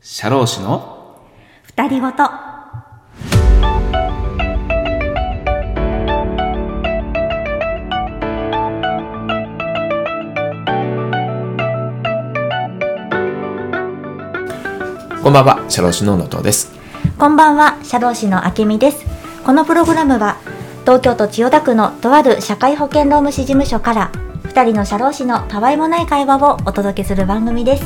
社労士の二人ごと。こんばんは社労士の野党ですこんばんは、社労士のあけみです。このプログラムは、東京都千代田区のとある社会保険労務士事務所から、二人の社労士のたわいもない会話をお届けする番組です。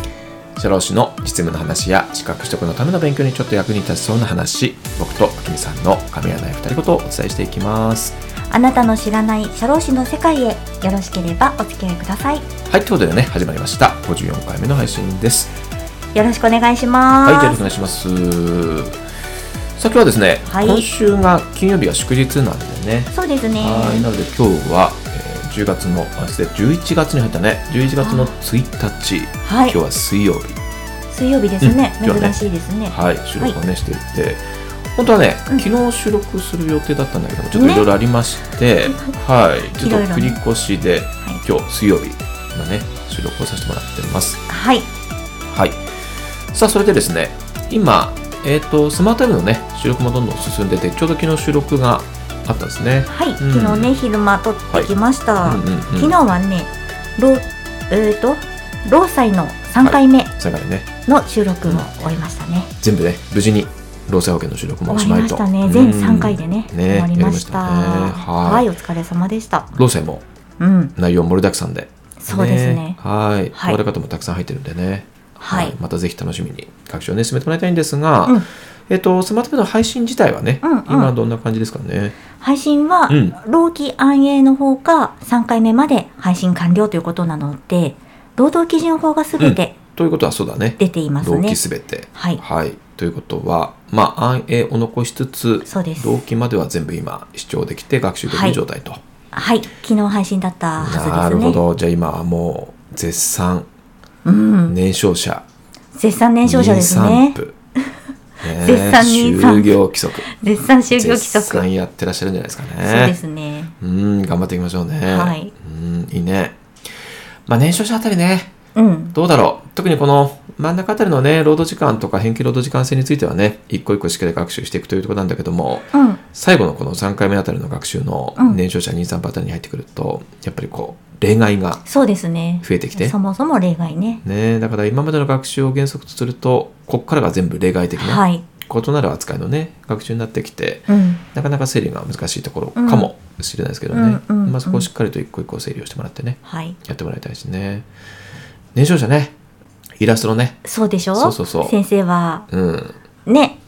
社労士の実務の話や資格取得のための勉強にちょっと役に立ちそうな話僕とあきみさんの神がない二人ことをお伝えしていきますあなたの知らない社労士の世界へ、よろしければお付き合いください。はいということでね始まりました54回目の配信ですよろしくお願いします。はいよろしくお願いします先はですね、はい今週が金曜日は祝日なんでねそうですね。はいなので今日は、えー10月のあ失礼11月に入ったね11月の1日、はい今日は水曜日水曜日ですね。うん今日ね珍しいですね。はい、収録をね、していて、本当はね、昨日収録する予定だったんだけども、ちょっとねいろいろありま して、はい、ちょっいとろいろ繰りね越しで、はい今日水曜日のね、収録をさせてもらってます。はい。はい。さあ、それでですね、今、えっ、と、スマートフォンのね、収録もどんどん進んでて、ちょうど昨日収録があったんですね。はい、うん昨日ね昼間撮ってきました、はいうんうんうん昨日はねろえー、と労災の3回目それからね、の収録を終えましたね、全部ね、無事に労災保険の収録もおし終わまりいましと。たうねん全3回でねね終わりましたやりましたねはいはいお疲れ様でした労災もうん内容盛りだくさんで。そうですねはい。はい問われ方もたくさん入ってるんでね。はいまたぜひ楽しみに各種をね進めてもらいたいんですが、うんえっとスマートフォンの配信自体はね、うんうん今どんな感じですかね。配信は、うん労基安永の方が3回目まで配信完了ということなので労働基準法がすべてということはそうだね。出ています動ね機、すべて。はいということはまあ暗影を残しつつそうです動機までは全部今視聴できて学習できはるい状態と。はい昨日配信だったはずですねなるほど。じゃあ今はもう絶賛うん年少者。絶賛年少者です妊産ね 婦ね絶賛妊産婦就業規則。絶賛就業規絶則賛やってらっしゃるんじゃないですかね。そうですね。うん、頑張っていきましょうね。はいうん、いいね。まあ、年少者あたりね、うん。どうだろう。特にこの真ん中あたりのね、労働時間とか変形労働時間制についてはね、一個一個しっかり学習していくというところなんだけども、うん。最後のこの3回目あたりの学習のうん年少者2、3パターンに入ってくると、やっぱりこう、例外がそうですね。増えてきてそ、もそも例外ね。ね、だから今までの学習を原則とすると、こっからが全部例外的な、はい。異なる扱いのね、学習になってきて、うん。なかなか整理が難しいところかもしれないですけどね、うんうんうんまあ、そこをしっかりと一個一個整理をしてもらってねはい。やってもらいたいですね年少者ねイラストのねそうでしょそうそうそう先生は、うんね、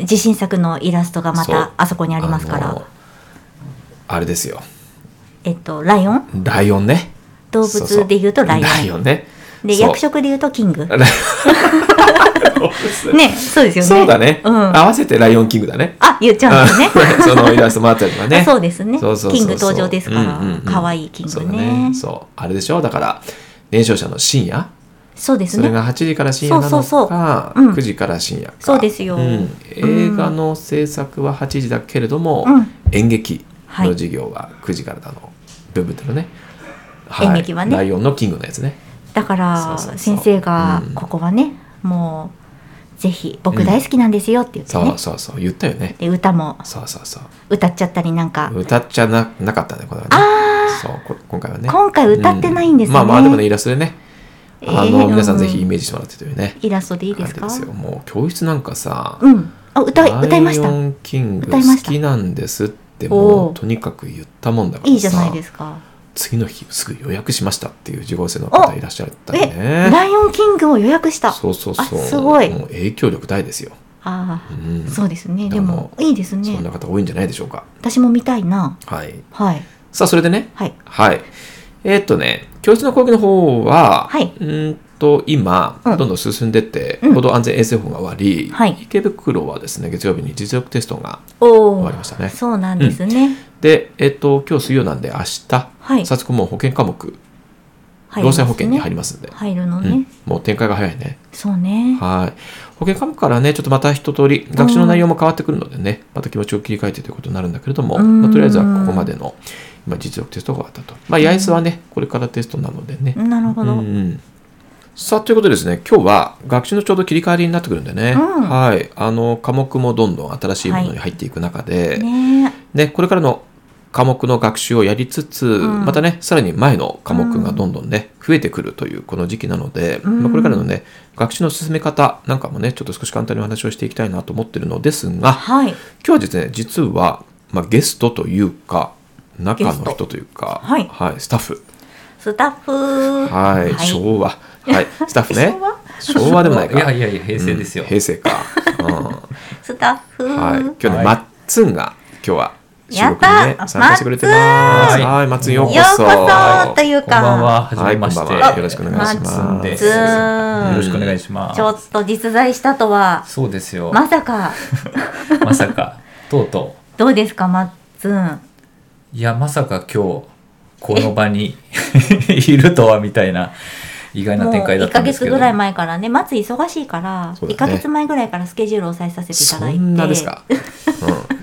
自信作のイラストがまそうたあそこにありますかあらの。あれですよえっと、ライオンライオンね動そうそう物で言うとライオン。ライオンねで、そう役職で言うとキング。ラね、そうです よね。そうだね、うん。合わせてライオンキングだねあ、言っちゃうんですね。 そのイラストもあったりとかねそうですねそうそうそうそうキング登場ですから可愛いキングねそうだそうあれでしょだから年少者の深夜そうですそれね。が8時から深夜なのかそうそうそううん9時から深夜かそうですよん映画の制作は8時だけれども、うん演劇の授業は9時からなの部分ってのね、は演劇はねライオンのキングのやつねだかそらうそうそう、先生がうん、ここはね、もう、ぜひ、僕大好きなんですよって言ってそねう。そうそう言ったよねで、歌もそうそうそう歌っちゃったりなんか、歌っちゃななかったねこれはねそうこ今回はね今回歌ってないんですねまあまあでもねイラストでねあえの、ー皆さんぜひうんイメージしてもらってというねイラストでいいですか感じよもう教室なんかさ、うんあ歌い歌いましライたオンキング歌いま好したきなんですっておもうおとにかく言ったもんだからさいいじゃないですか次の日すぐ予約しましたっていう受講生の方いらっしゃったりえねライオンキングを予約したそうそうそうあすごいもう影響力大ですよ、うああんそうですねでだかもらいいですそねんな方多いんじゃないでしょうか私も見たいなはいはいさあそれでねはいはいえーっとね教室の講義の方は、はいうーんと今、うんどんどん進んでって、うん報道安全衛生法が終わり、はい池袋はですね月曜日に実力テストがお終わおりましたねそうなんですねで、えっと、今日水曜なんで明日、はい早速もう保険科目、入り労ます災ね保険に入りますんで、入るのうねんもう展開が早いね。そうねはい。保険科目からね、ちょっとまた一通り、学習の内容も変わってくるのでね、また気持ちを切り替えてということになるんだけれども、うんまあとりあえずはここまでの、今、実力テストが終わったと。まあ、八重洲はね、これからテストなのでね。なるほうんどうんさあ、ということでですね、今日は学習のちょうど切り替わりになってくるんでね、うんはい。あの、科目もどんどん新しいものに入っていく中で、ねね、これからの科目の学習をやりつつ、んまたねさらに前の科目がどんどんね、増えてくるというこの時期なので、んまあこれからのね学習の進め方なんかもねちょっと少し簡単にお話をしていきたいなと思ってるのですがはい今日はですね実は、まあ、ゲストというか中の人というか、はいスタッフスタッフはい、昭和はいスタッフね 昭和昭和でもないかやいやいや、平成ですようん。平成か、スタッフ、うん、はい今日ね、はいマッツンが今日は収録にやっねた参加してくれてますマッツンはいマッツンようこそようこそというこんばんは、かはじめまして。はいこんばんはよろしくお願いしますマッツンですズよーンろしくお願いします。ちょっと実在したとはそうですよ。まさかまさか、とうとどうですかマッツンう。いや、まさか今日、この場にいるとは、みたいな、意外なもう展開だっ1たヶんです月けど。ぐらい前からね松忙しいから、そうだね1ヶ月前ぐらいからスケジュールを押さえさせていただいてそんなですか、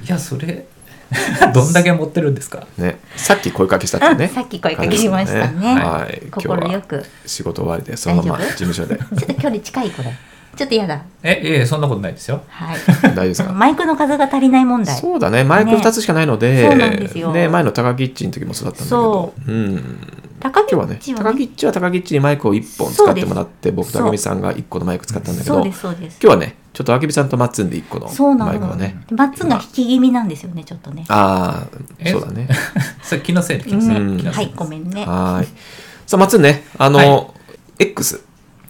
いや、それ、 どんだけ持ってるんですかうんね、さっき声かけしたって うんね さっき声かけしましたねはい、今日心よはく仕事終わりでそのまま大丈事務所でちょっと距離近いこれちょっと嫌だえ、いえいえ、そんなことないですよ。はい大丈夫ですかマイクの数が足りない問題そうだねマイクね2つしかないので,、そうなんですよね前の高木っちの時もそうだったんだけど、そうん、高木今日はね高木っちは高木っちにマイクを1本使ってもらってそうで僕すとあけみさんが1個のマイク使ったんだけどそうで今すそうです日はねちょっとあけみさんとマッツンで1個そうのなマイクの、をねマッツンが引き気味なんですよねちょっとねああえそうだねそれ気のせいで、う気のせいでん気のはせいいでごめんねはーいさあマッツンねあの、は X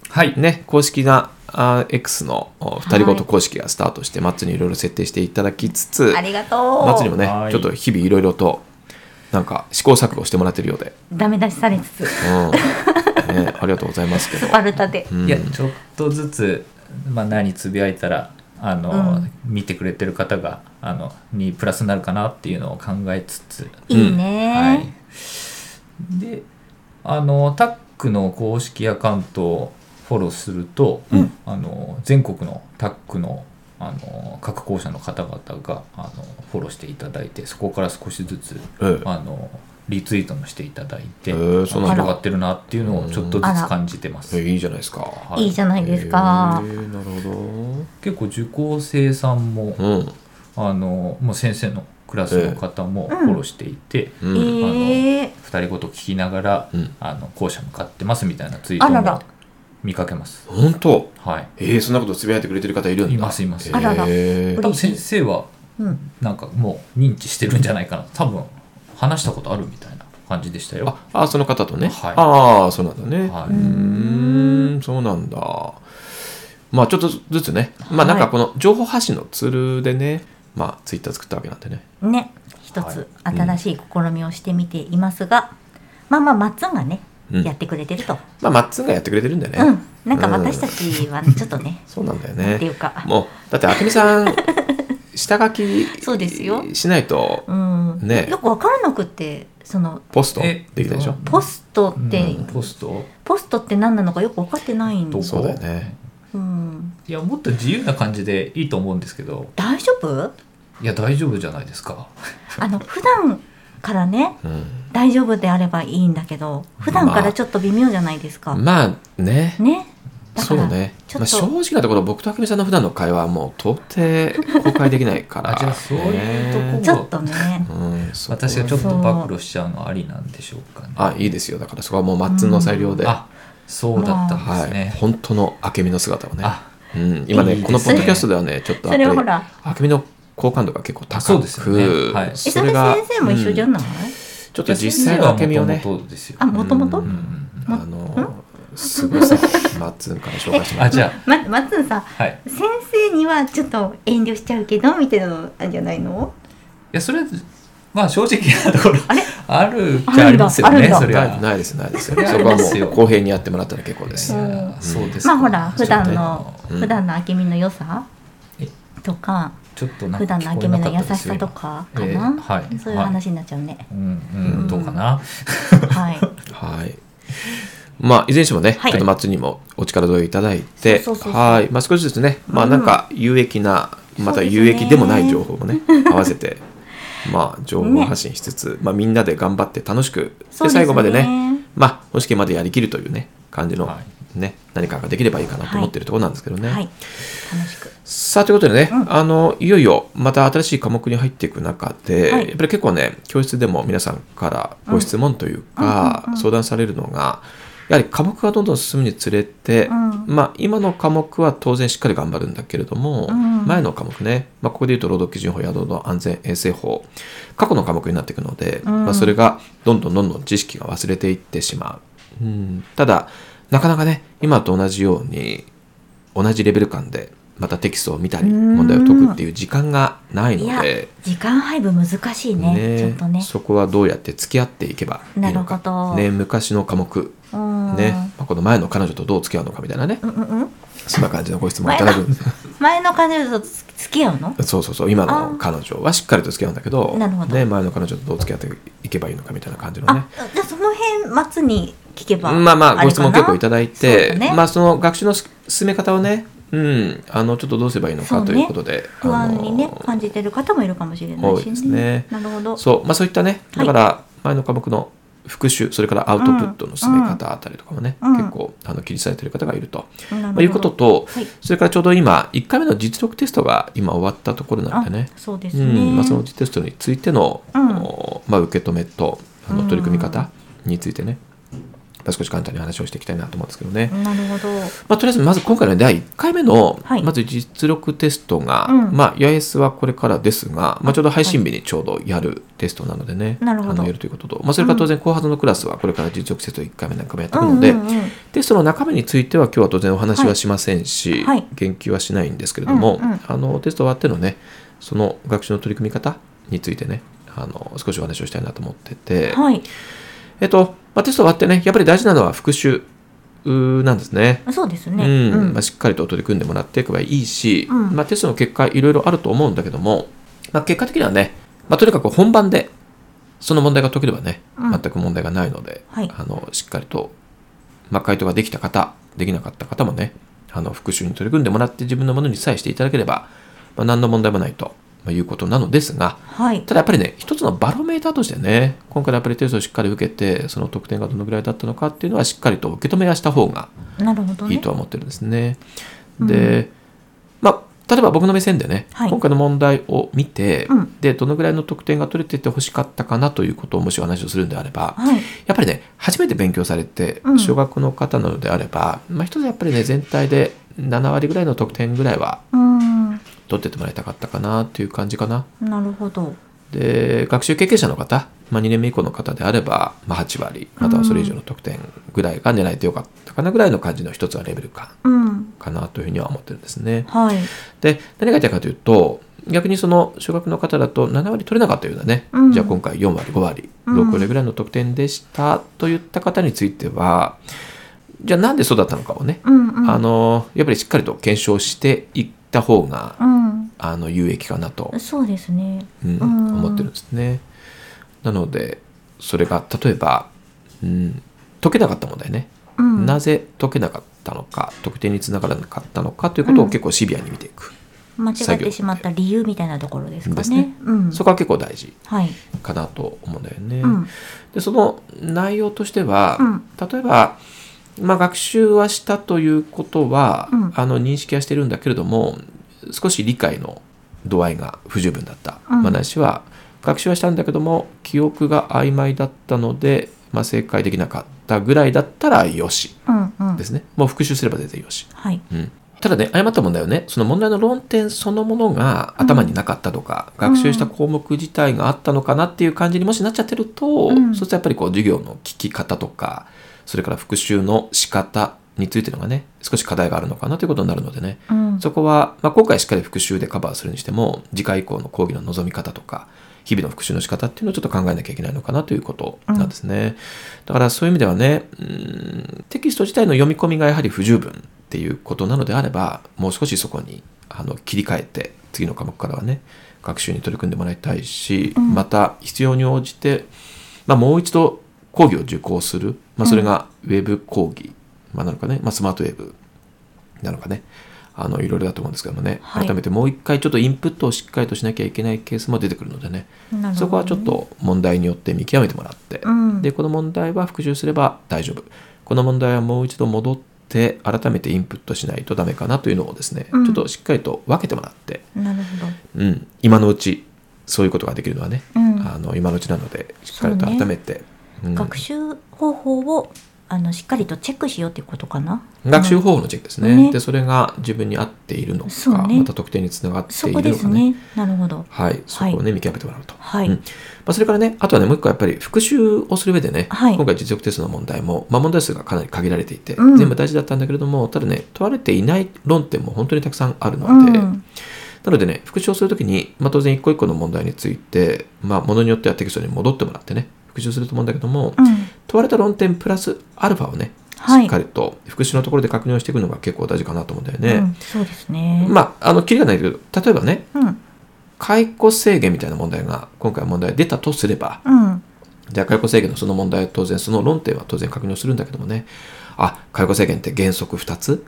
はい。ね、公式があー X のお二人ごと公式がスタートして、マッツにいろいろ設定していただきつつ、ありがとうマッツにもねは、いちょっと日々いろいろと、なんか試行錯誤してもらってるようで、ダメ出しされつつ うんね、ありがとうございますけどス、パルタで、うんいやちょっとずつ、まあ、何つぶやいたらあの、うん見てくれてる方があのにプラスになるかなっていうのを考えつつ、いいはね、い、であのタックの公式アカウントをフォローすると、うんあの全国のタックのあの各校舎の方々があのフォローしていただいてそこから少しずつうんあのリツイートもしていただいて、へーそうなんだ広がってるなっていうのをちょっとずあら、つ感じてます。えいいじゃないですか。はいいじゃないですかへ、ーなるほ結構受講生さんも、ど。うん。あのもう先生のクラスの方もえフえォローしていて、うえん。ー、二人ごと聞きながら、うんあの校舎向かってますみたいなツイートあららも見かけます。本当はい。えー、そんなことつぶやいてくれてる方いるんだ。いますいますあららえー多分先生はうん、なんかもう認知してるんじゃないかな。多分話したことあるみたいな感じでしたよ。ああ、その方とね。はいああ、そうなんだね。はうい。ーんそうなんだ。まあちょっとずつね、まはあいなんかこの情報発信のツールでね、まあツイッター作ったわけなんでね。ね一つ新しい試みをしてみていますが、まあまあマッツンがね、うんやってくれてると、まあマッツンがやってくれてるんだよね。うん、なんか私たちはちょっとね、そうなんだよっ ていね。うかもう、だってあけみさ ん、下書きそうですよしないとうんねよく分からなくてそのポストでえきないでしょ。ポストって、うんポストポストって何なのかよく分かってないんどでこすそうだよね。うん、いやもっと自由な感じでいいと思うんですけど大丈夫いや大丈夫じゃないですか。あの普段からねうん、大丈夫であればいいんだけど普段からちょっと微妙じゃないですか、まあね。ねだかそうらね、ちょっとまあ、正直なところ僕とあけみさんの普段の会話はもう到底公開できないからあじゃあそういうとこねちょっとねうん、そこは私がちょっと暴露しちゃうのはありなんでしょうかね。あいいですよだからそこはもうマッツンの裁量で、あそうだったんではすい、ね。本当のあけみの姿をね、あうん、今ねいいですねこのポッドキャストではねちょっとそれはほらあけみの好感度が結構高くそうですよねはいえそれが先生も一緒じゃうんない、ちょっと実際のあけみをね元々ですよあもともとうんうんあのすごさマッツンから紹介してもらあっじゃま、マッツンさあはい。先生にはちょっと遠慮しちゃうけどみたいなのあるんじゃないのいやそれはまあ正直なところあれあるじゃありますよあるんねだそれないは。ないですないですそそれはこはありもますよう公平にやってもらったら結構です、いやうんーそうですまかあほら普段の、ちょっとねうん普段のあけみの良さえとかちょっとなん普か段のあけみの優しさと聞こかえかなな、かったですそよ今えーはいういう話になっちゃうね、えなかったです。うんうんどうかな。 はいはい。まあ、いずれにしてもね、はいちょっと松にもお力添えいただいて、そうそうそうそうはい。まあ、少しずつね、まあ、なんか有益な、またそうです有ね益でもない情報も ね、合わせて、まあ、情報発信しつつ、まあ、みんなで頑張って楽しく、そうですね最後までね、まあ、本試験までやりきるというね、感じの、はね、何かができればいいかなと思ってるところなんですけどね。はい。楽しく。さあ、ということでね、うんあの、いよいよまた新しい科目に入っていく中で、はいやっぱり結構ね、教室でも皆さんからご質問というか、うんうんうんうん相談されるのが、やはり科目がどんどん進むにつれて、うんまあ、今の科目は当然しっかり頑張るんだけれども、うん前の科目ね、まあ、ここで言うと労働基準法や労働安全衛生法過去の科目になっていくので、うんまあ、それがどんどんどんどん知識が忘れていってしまう、うん、ただなかなかね今と同じように同じレベル感でまたテキストを見たりうん問題を解くっていう時間がないのいやで、時間配分難しいね。ちょっとね。そこはどうやって付き合っていけばいいのかなるほどね、昔の科目、うん。ねまあ、この前の彼女とどう付き合うのかみたいなねうんうんうん。そんな感じのご質問をいただくんです前の彼女と付き合うの？そうそうそう今あーの彼女はしっかりと付き合うんだけどなるほどね、前の彼女とどう付き合っていけばいいのかみたいな感じのねあ、じゃあその辺松に聞けば。まあまあご質問結構いただ。だいてそうだねまあ、その学習のす進め方をね、うん、あのちょっとどうすればいいのそかうねということで、不あ安のにね感じてる方もいるかもしれない多いしですねなるほど。そう,、まあ、そういったねだから前の科目の復習それからアウトプットの進め方あたりとかもね、うん結構あの気にされてる方がいると、なるほどまあ、いうことと、はいそれからちょうど今1回目の実力テストが今終わったところなんでねあそうですうね。んまあ、そのうちテストについての、うんあのまあ、受け止めとあのうん取り組み方についてね、まあ少し簡単に話をしていきたいなと思うんですけどね、なるほど。まあ、とりあえずまず今回の第1回目の、はいまず実力テストが、うんまあ、八重洲はこれからですが、まあ、ちょうど配信日にちょうどやるテストなのでね、なるほどあのやるということと、まあ、それから当然後発のクラスはこれから実力テスト1回目なんかもやっていくので、うんうんうんテストの中身については今日は当然お話はしませんし、はいはい言及はしないんですけれども、うんうんあのテスト終わってのねその学習の取り組み方についてねあの少しお話をしたいなと思ってて、はい。えっとまあ、テスト終わってねやっぱり大事なのは復習うーなんですね。そうですね。うんうんまあ、しっかりと取り組んでもらっていけばいいし、うんまあ、テストの結果いろいろあると思うんだけども、まあ、結果的にはね、まあ、とにかく本番でその問題が解ければね、うん全く問題がないので、はいあのしっかりと、まあ、回答ができた方できなかった方もねあの復習に取り組んでもらって自分のものにさえしていただければ、まあ、何の問題もないと。まあいうことなのですが、はい。ただやっぱりね、一つのバロメーターとしてね、今回のやっぱりテストをしっかり受けて、その得点がどのぐらいだったのかっていうのはしっかりと受け止めはした方がなるほどね。いいとは思ってるんですね。うんで、まあ、例えば僕の目線でね、はい今回の問題を見て、うんで、どのぐらいの得点が取れてて欲しかったかなということをもしお話をするんであれば、はい。やっぱりね、初めて勉強されてうん、小学の方なのであれば、まあ一つやっぱりね、全体で7割ぐらいの得点ぐらいはうん。取ってってもらいたかったかなっていう感じかな。なるほど。で、学習経験者の方、まあ、2年目以降の方であれば、まあ、8割、またはそれ以上の得点ぐらいが狙えてよかったかなぐらいの感じの一つはレベル感うん。かなというふうには思ってるんですね。はい。で何が言いたいかというと逆にその小学の方だと7割取れなかったようなね、うんじゃあ今回4割5割うん6割ぐらいの得点でしたといった方については、じゃあなんでそうだったのかをね、うんうん。あのやっぱりしっかりと検証していった方が、うん。あの有益かなと、そうですね。うんうん思ってるんですね。なのでそれが例えば、うん、解けなかった問題ね、うん。なぜ解けなかったのか得点につながらなかったのかということをうん結構シビアに見ていく、間違ってしまった理由みたいなところですかですねね。うん。そこは結構大事はい。かなと思うんだよね。うん。でその内容としては、うん例えば、まあ、学習はしたということは、うんあの認識はしてるんだけれども少し理解の度合いが不十分だった、うんまあないしは学習はしたんだけども記憶が曖昧だったので、まあ、正解できなかったぐらいだったらよしうんうんで。すねもう復習すれば全然よし。はい。うんただね誤った問題をねその問題の論点そのものがうん頭になかったとか、うん学習した項目自体があったのかなっていう感じにもしなっちゃってると、うんそうするとやっぱりこう授業の聞き方とかそれから復習の仕方についてのがね少し課題があるのかなということになるのでねうん。そこは、まあ、今回しっかり復習でカバーするにしても次回以降の講義の望み方とか日々の復習の仕方っていうのをちょっと考えなきゃいけないのかなということなんですね、だからそういう意味ではねうーんテキスト自体の読み込みがやはり不十分っていうことなのであればもう少しそこにあの切り替えて次の科目からはね学習に取り組んでもらいたいし、うんまた必要に応じて、まあ、もう一度講義を受講する、まあ、それがウェブ講義、まあ、なのかね、まあ、スマートウェブなのかねあのいろいろだと思うんですけどもね、はい改めてもう一回ちょっとインプットをしっかりとしなきゃいけないケースも出てくるのでねなるほどねそこはちょっと問題によって見極めてもらって、うんでこの問題は復習すれば大丈夫この問題はもう一度戻って改めてインプットしないとダメかなというのをですね、うんちょっとしっかりと分けてもらって、なるほうどん、今のうちそういうことができるのはね、うんあの今のうちなのでしっかりとそうね改めて、うん学習方法をあのしっかりとチェックしようっていうことかな学習方法のチェックですね。ねでそれが自分に合っているのそうか、ねまた得点につながってそいるこのかでね。すねなるほどはい、そこをね、見極めてもらうと。はい、うんまあ、それからね、あとはね、もう一個やっぱり復習をする上でね、はい今回実力テストの問題も、まあ、問題数がかなり限られていて、うん全部大事だったんだけれども、ただね、問われていない論点も本当にたくさんあるのうで、んなのでね、復習をするときに、まあ、当然一個一個の問題について、まあ、ものによってはテキストに戻ってもらってね、復習すると思うんだけども、うん問われた論点プラスアルファをね、はいしっかりと復習のところで確認をしていくのが結構大事かなと思うんだようね。ん、そうですね、まあ、あの、キリがないけど、例えばね、うん解雇制限みたいな問題が今回問題出たとすれば、うんじゃあ解雇制限のその問題は当然、その論点は当然確認をするんだけどもね、あ、解雇制限って原則2つ、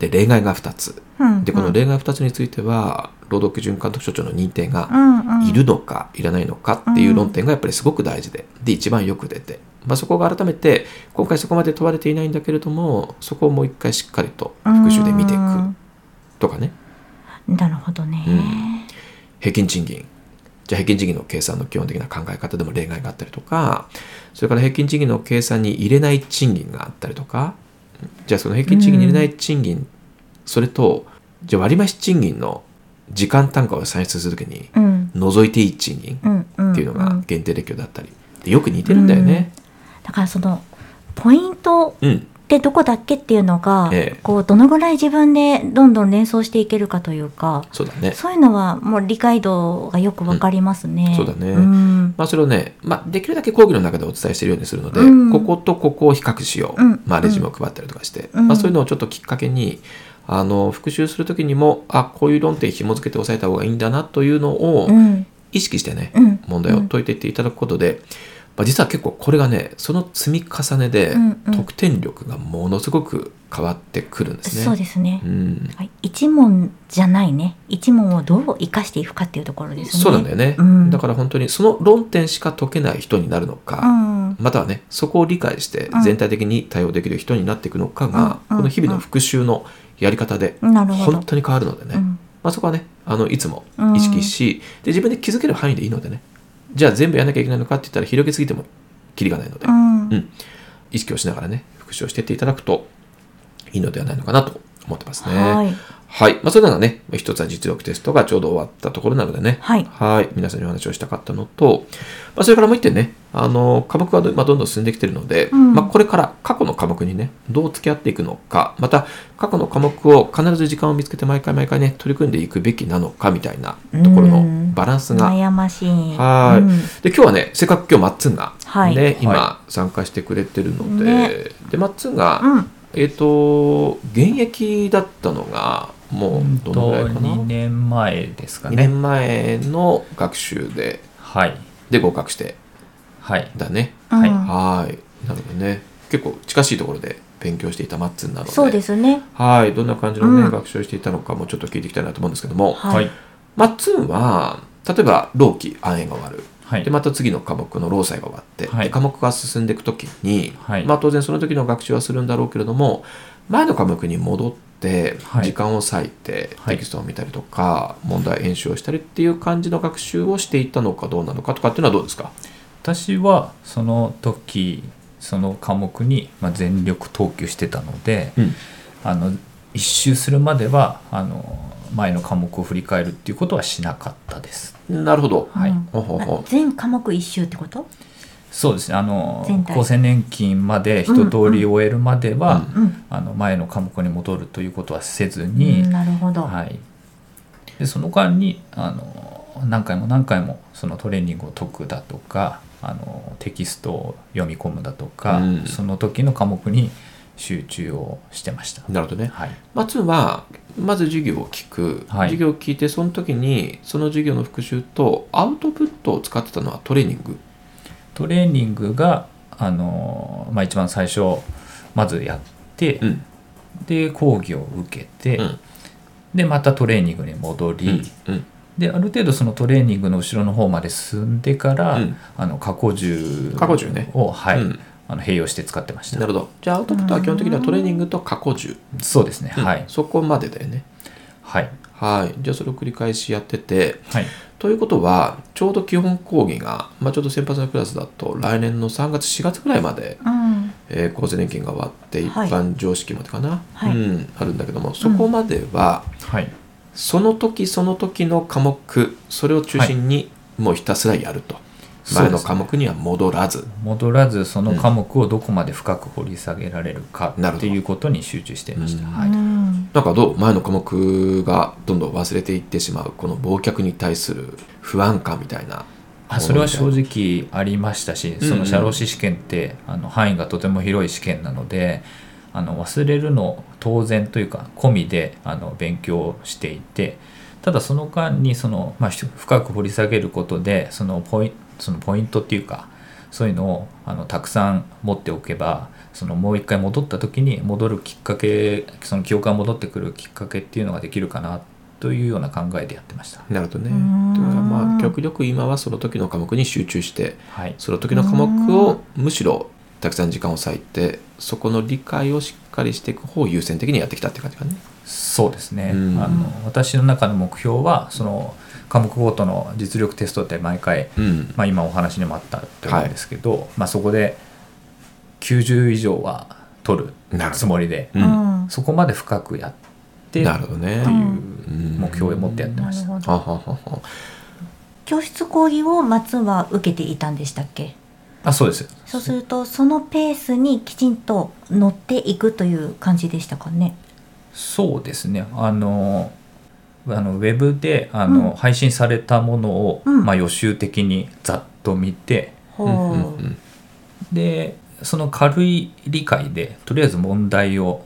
で、例外が2つ。うんで、この例外2つについては、労働基準監督署長の認定がうんうんいるのかいらないのかっていう論点がやっぱりすごく大事でで一番よく出て、まあ、そこが改めて今回そこまで問われていないんだけれどもそこをもう一回しっかりと復習で見ていくとかねうんなるほどね、平均賃金じゃあ平均賃金の計算の基本的な考え方でも例外があったりとかそれから平均賃金の計算に入れない賃金があったりとかじゃあその平均賃金に入れない賃金、それとじゃあ割増賃金の時間単価を算出するときにうん除いていい賃金うんうんっていうのんが限定列挙だったりでよく似てるんだよね。だからそのポイントうん、ってどこだっけっていうのが、ええこうどのぐらい自分でどんどん連想していけるかというかそうだね。そういうのはもう理解度がよくわかりますね、うんそうだねうんまあ、それをね、まあ、できるだけ講義の中でお伝えしているようにするので、うんこことここを比較しよう、うんまあ、レジュメを配ったりとかして、うんまあ、そういうのをちょっときっかけにあの復習する時にもあこういう論点紐付けて押さえた方がいいんだなというのをうん意識してね、うん問題を解いていっていただくことで、まあ、実は結構これがねその積み重ねでうんうん得点力がものすごく変わってくるんですね。そうですね、うんはい一問じゃないね一問をどう生かしていくかっていうところですねそうなんだよね、うんだから本当にその論点しか解けない人になるのうか、んまたはねそこを理解してうん全体的に対応できる人になっていくのかが、うんこの日々の復習のやり方でなるほど本当に変わるのでね、うんまあ、そこはねあのいつも意識し、で自分で気づける範囲でいいのでねじゃあ全部やんなきゃいけないのかって言ったら広げすぎてもキリがないので、うんうん意識をしながらね復習をしていっていただくといいのではないのかなと思ってますね。はいはい。まあ、それならね、一つは実力テストがちょうど終わったところなのでね。はい皆さんにお話をしたかったのと、まあ、それからもう一点ね、あの、科目がど,、まあ、どんどん進んできているので、うんまあ、これから過去の科目にね、どう付き合っていくのか、また、過去の科目を必ず時間を見つけて毎回毎回ね、取り組んでいくべきなのか、みたいなところのバランスが悩ましいはい、うんで今日はねせっかく今日マッツンが、ねはい今参加してくれてるので、ねでマッツンが、うんえっ、と現役だったのがもうどのぐらいかな、 2年前ですか2ね年前の学習ではいで合格してはいだね、はいうんはいなのでね結構近しいところで勉強していたマッツンなのでそうですねはいどんな感じの、ねうん学習をしていたのかもちょっと聞いていきたいなと思うんですけども、はい、マッツンは例えば老期暗炎が終わるはいでまた次の科目の労災が終わって、はいで科目が進んでいく時に、はいまあ、当然その時の学習はするんだろうけれども前の科目に戻ってはい時間を割いてはいテキストを見たりとか、問題演習をしたりっていう感じの学習をしていったのかどうなのかとかっていうのはどうですか私はその時その科目にまあ全力投球してたので、うんあの一周するまではあの前の科目を振り返るっていうことはしなかったです。なるほど。はいうんほうほうほう全科目一周ってことそうですねあの全体厚生年金まで一通り終えるまでは、うんうんあの前の科目に戻るということはせずうに、んなるほど、はい、でその間にあの何回も何回もそのトレーニングを解くだとかあのテキストを読み込むだとか、うんその時の科目に集中をしてました。なるほどね。はい、まずはまず授業を聞く、はい授業を聞いてその時にその授業の復習とアウトプットを使ってたのはトレーニングトレーニングがあの、まあ、一番最初まずやって、うんで講義を受けて、うんでまたトレーニングに戻り、うんである程度そのトレーニングの後ろの方まで進んでから、うんあの過去重過去重ねを、はいうんあの併用して使ってましなるたほどじゃあアウトプットは基本的にはトレーニングと過去重、そうですね、うんはいそこまでだよねはいはいじゃあそれを繰り返しやっててはいということはちょうど基本講義が、まあ、ちょうど先発のクラスだと来年の3月4月ぐらいまで、うんえー構成年金が終わって一はい般常識までかな、はいうん、あるんだけどもそこまでは、はいその時その時の科目それを中心にもうひたすらやると、そう前ですのね科目には戻らず、戻らずその科目をどこまで深く掘り下げられるかなるほどっていうことに集中していました、うんはいうんなんかどう前の科目がどんどん忘れていってしまうこの忘却に対する不安感みたいなあそれは正直ありましたしうんその社労士試験って、あの範囲がとても広い試験なのであの忘れるの当然というか込みであの勉強していてただその間にその、まあ、ひ深く掘り下げることでそのポインそのポイントっていうかそういうのをあのたくさん持っておけばそのもう一回戻った時に戻るきっかけその記憶が戻ってくるきっかけっていうのができるかなというような考えでやってました。なるとね。うんというかまあ極力今はその時の科目に集中してはい、その時の科目をむしろたくさん時間を割いてそこの理解をしっかりしていく方を優先的にやってきたって感じかね。そうですね、うんあの私の中の目標はその科目ごとの実力テストって毎回、うんまあ、今お話にもあったと思うんですけど、まあ、そこで90以上は取るなるほどつもりで、ううんんそこまで深くやってなるほどね。っていううん目標を持ってやってなまるした、ほどはははは教室講義を松は受けていたんでしたっけあそうですそうするとそのペースにきちんと乗っていくという感じでしたかね。そうですねあのあのウェブであの、うん配信されたものを、うんまあ、予習的にざっと見てほううんうんうんでその軽い理解でとりあえず問題を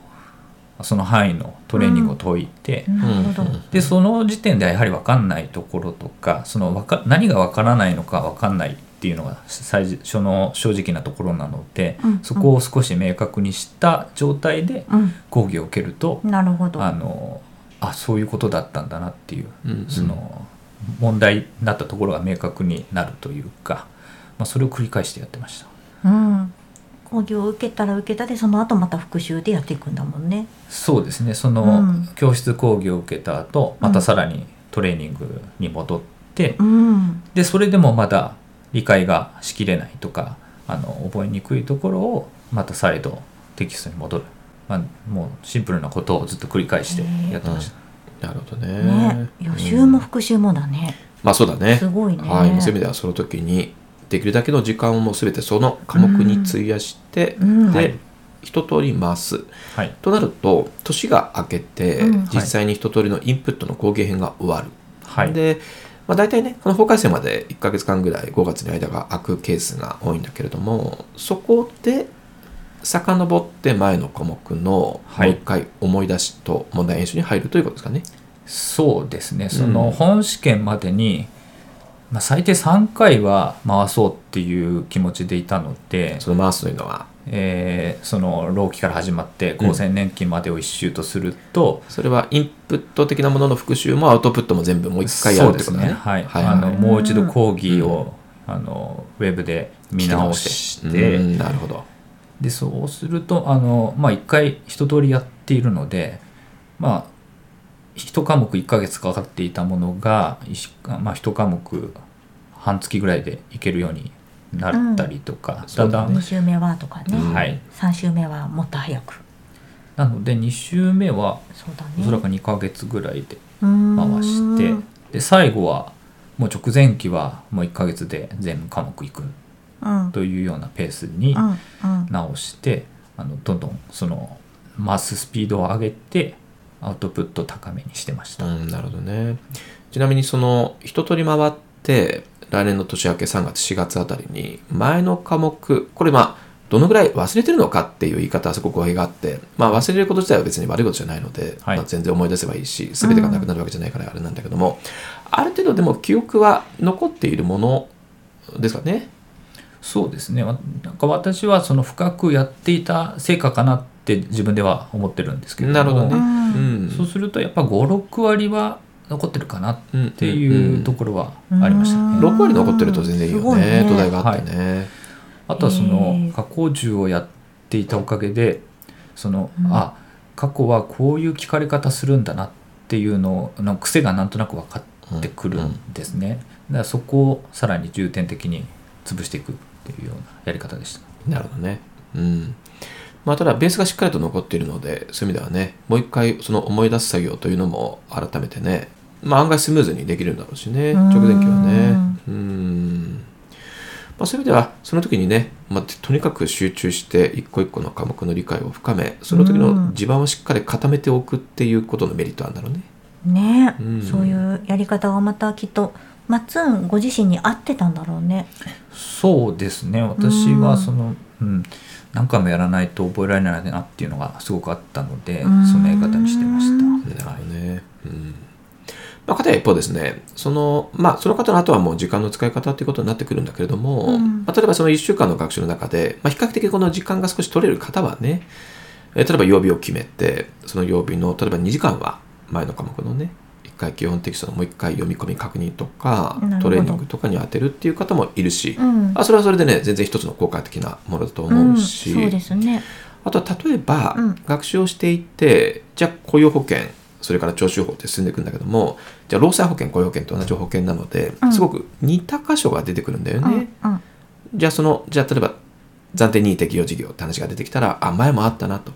その範囲のトレーニングを解いて、なるほど。うんでその時点ではやはり分かんないところとかそのわか何が分からないのか分かんないっていうのが最初の正直なところなので、うんそこを少し明確にした状態でうん、講義を受けると、なるほど。あのあそういうことだったんだなっていううんその問題になったところが明確になるというか、まあ、それを繰り返してやってました。うん。講義を受けたら受けたでその後また復習でやっていくんだもんね。そうですねその、うん教室講義を受けた後またさらにトレーニングに戻って、うん。でそれでもまだ理解がしきれないとかあの覚えにくいところをまた再度テキストに戻る、まあ、もうシンプルなことをずっと繰り返してやってました、なるほどね。ね、予習も復習もだね。まあそうだね。すごいね。はい、そういう意味ではその時にできるだけの時間をもう全てその科目に費やして、うんで、はい一通り回すはいとなると年が明けて、うん実際に一通りのインプットの工芸編が終わる、はいで、まあ、大体ねこの法改正まで1ヶ月間ぐらい5月に間が空くケースが多いんだけれどもそこで遡って前の科目のもうはい一回思い出しと問題演習に入るということですかね。そうですねそうんの本試験までに、まあ、最低3回は回そうっていう気持ちでいたのでその回すというのはえーその老期から始まって厚生年金までを一周とすると、それはインプット的なものの復習もアウトプットも全部もう一回やるってことだね。はい、はいあのはいもう一度講義を、あのウェブで見直してうんなるほど。でそうするとあのまあ一回一通りやっているのでまあ一科目1ヶ月かかっていたものが、いしまあ、一科目半月ぐらいでいけるようになったりとか、んだんだそん、二週目はとかね。うんはい三週目はもっと早く。なので2週目はそうだおそらね。く2ヶ月ぐらいで回回してで最後はもう直前期はもう1ヶ月で全科目いくうん。うん。というようなペースにうん。直してあのどんどんその回すスピードを上げてアウトプットを高めにしてましうた、ん、なるほどね。ちなみにその一通り回って来年の年明け3月4月あたりに前の科目これまあどのぐらい忘れてるのかっていう言い方はすごく語弊があって、まあ、忘れること自体は別に悪いことじゃないので、はいまあ全然思い出せばいいし全てがなくなるわけじゃないからあれなんだけども、ある程度でも記憶は残っているものですかね。そうですねわなんか私はその深くやっていた成果かなっって自分では思ってるんですけれなどるもほどね。ううんん。そうするとやっぱ56割は残ってるかなっうんていうところはありましたね。うん6割残ってると全然いいよねすごいね土台があってね、あとはそえのー加工銃をやっていたおかげでその、うんあ過去はこういう聞かれ方するんだなっていうのの癖がなんとなく分かってくるんですね、だからそこをさらに重点的に潰していくっていうようなやり方でしたなるほどねうんまあただベースがしっかりと残っているのでそういう意味ではねもう一回その思い出す作業というのも改めてねまあ案外スムーズにできるんだろうしねうん直前期はねうんまあ、そういう意味ではその時にね、まあ、とにかく集中して一個一個の科目の理解を深めその時の地盤をしっかり固めておくっていうことのメリットなんだろうね。ね、うんそういうやり方がまたきっとマッツンご自身に合ってたんだろうね。そうですね私はその、うん、何回もやらないと覚えられないなっていうのがすごくあったので、うんそのやり方にしてました、なるはほいどね。うんまあ、かたや一方ですね、その、まあ、その方の後はもう時間の使い方ということになってくるんだけれども、うんまあ、例えばその1週間の学習の中で、まあ、比較的この時間が少し取れる方はね、えー例えば曜日を決めて、その曜日の、例えば2時間は前の科目のね、1回基本テキストのもう1回読み込み確認とかなるほ、どトレーニングとかに当てるっていう方もいるし、うん、あそれはそれでね、全然一つの効果的なものだとう思んうし、そうですね。あとは例えば、うん学習をしていてじゃあ雇用保険それから徴収法って進んでいくんだけどもじゃあ労災保険雇用保険と同じ保険なので、うんすごく似た箇所が出てくるんだようんね、じゃあそのじゃあ例えば暫定任意適用事業って話が出てきたらあ前もあったなと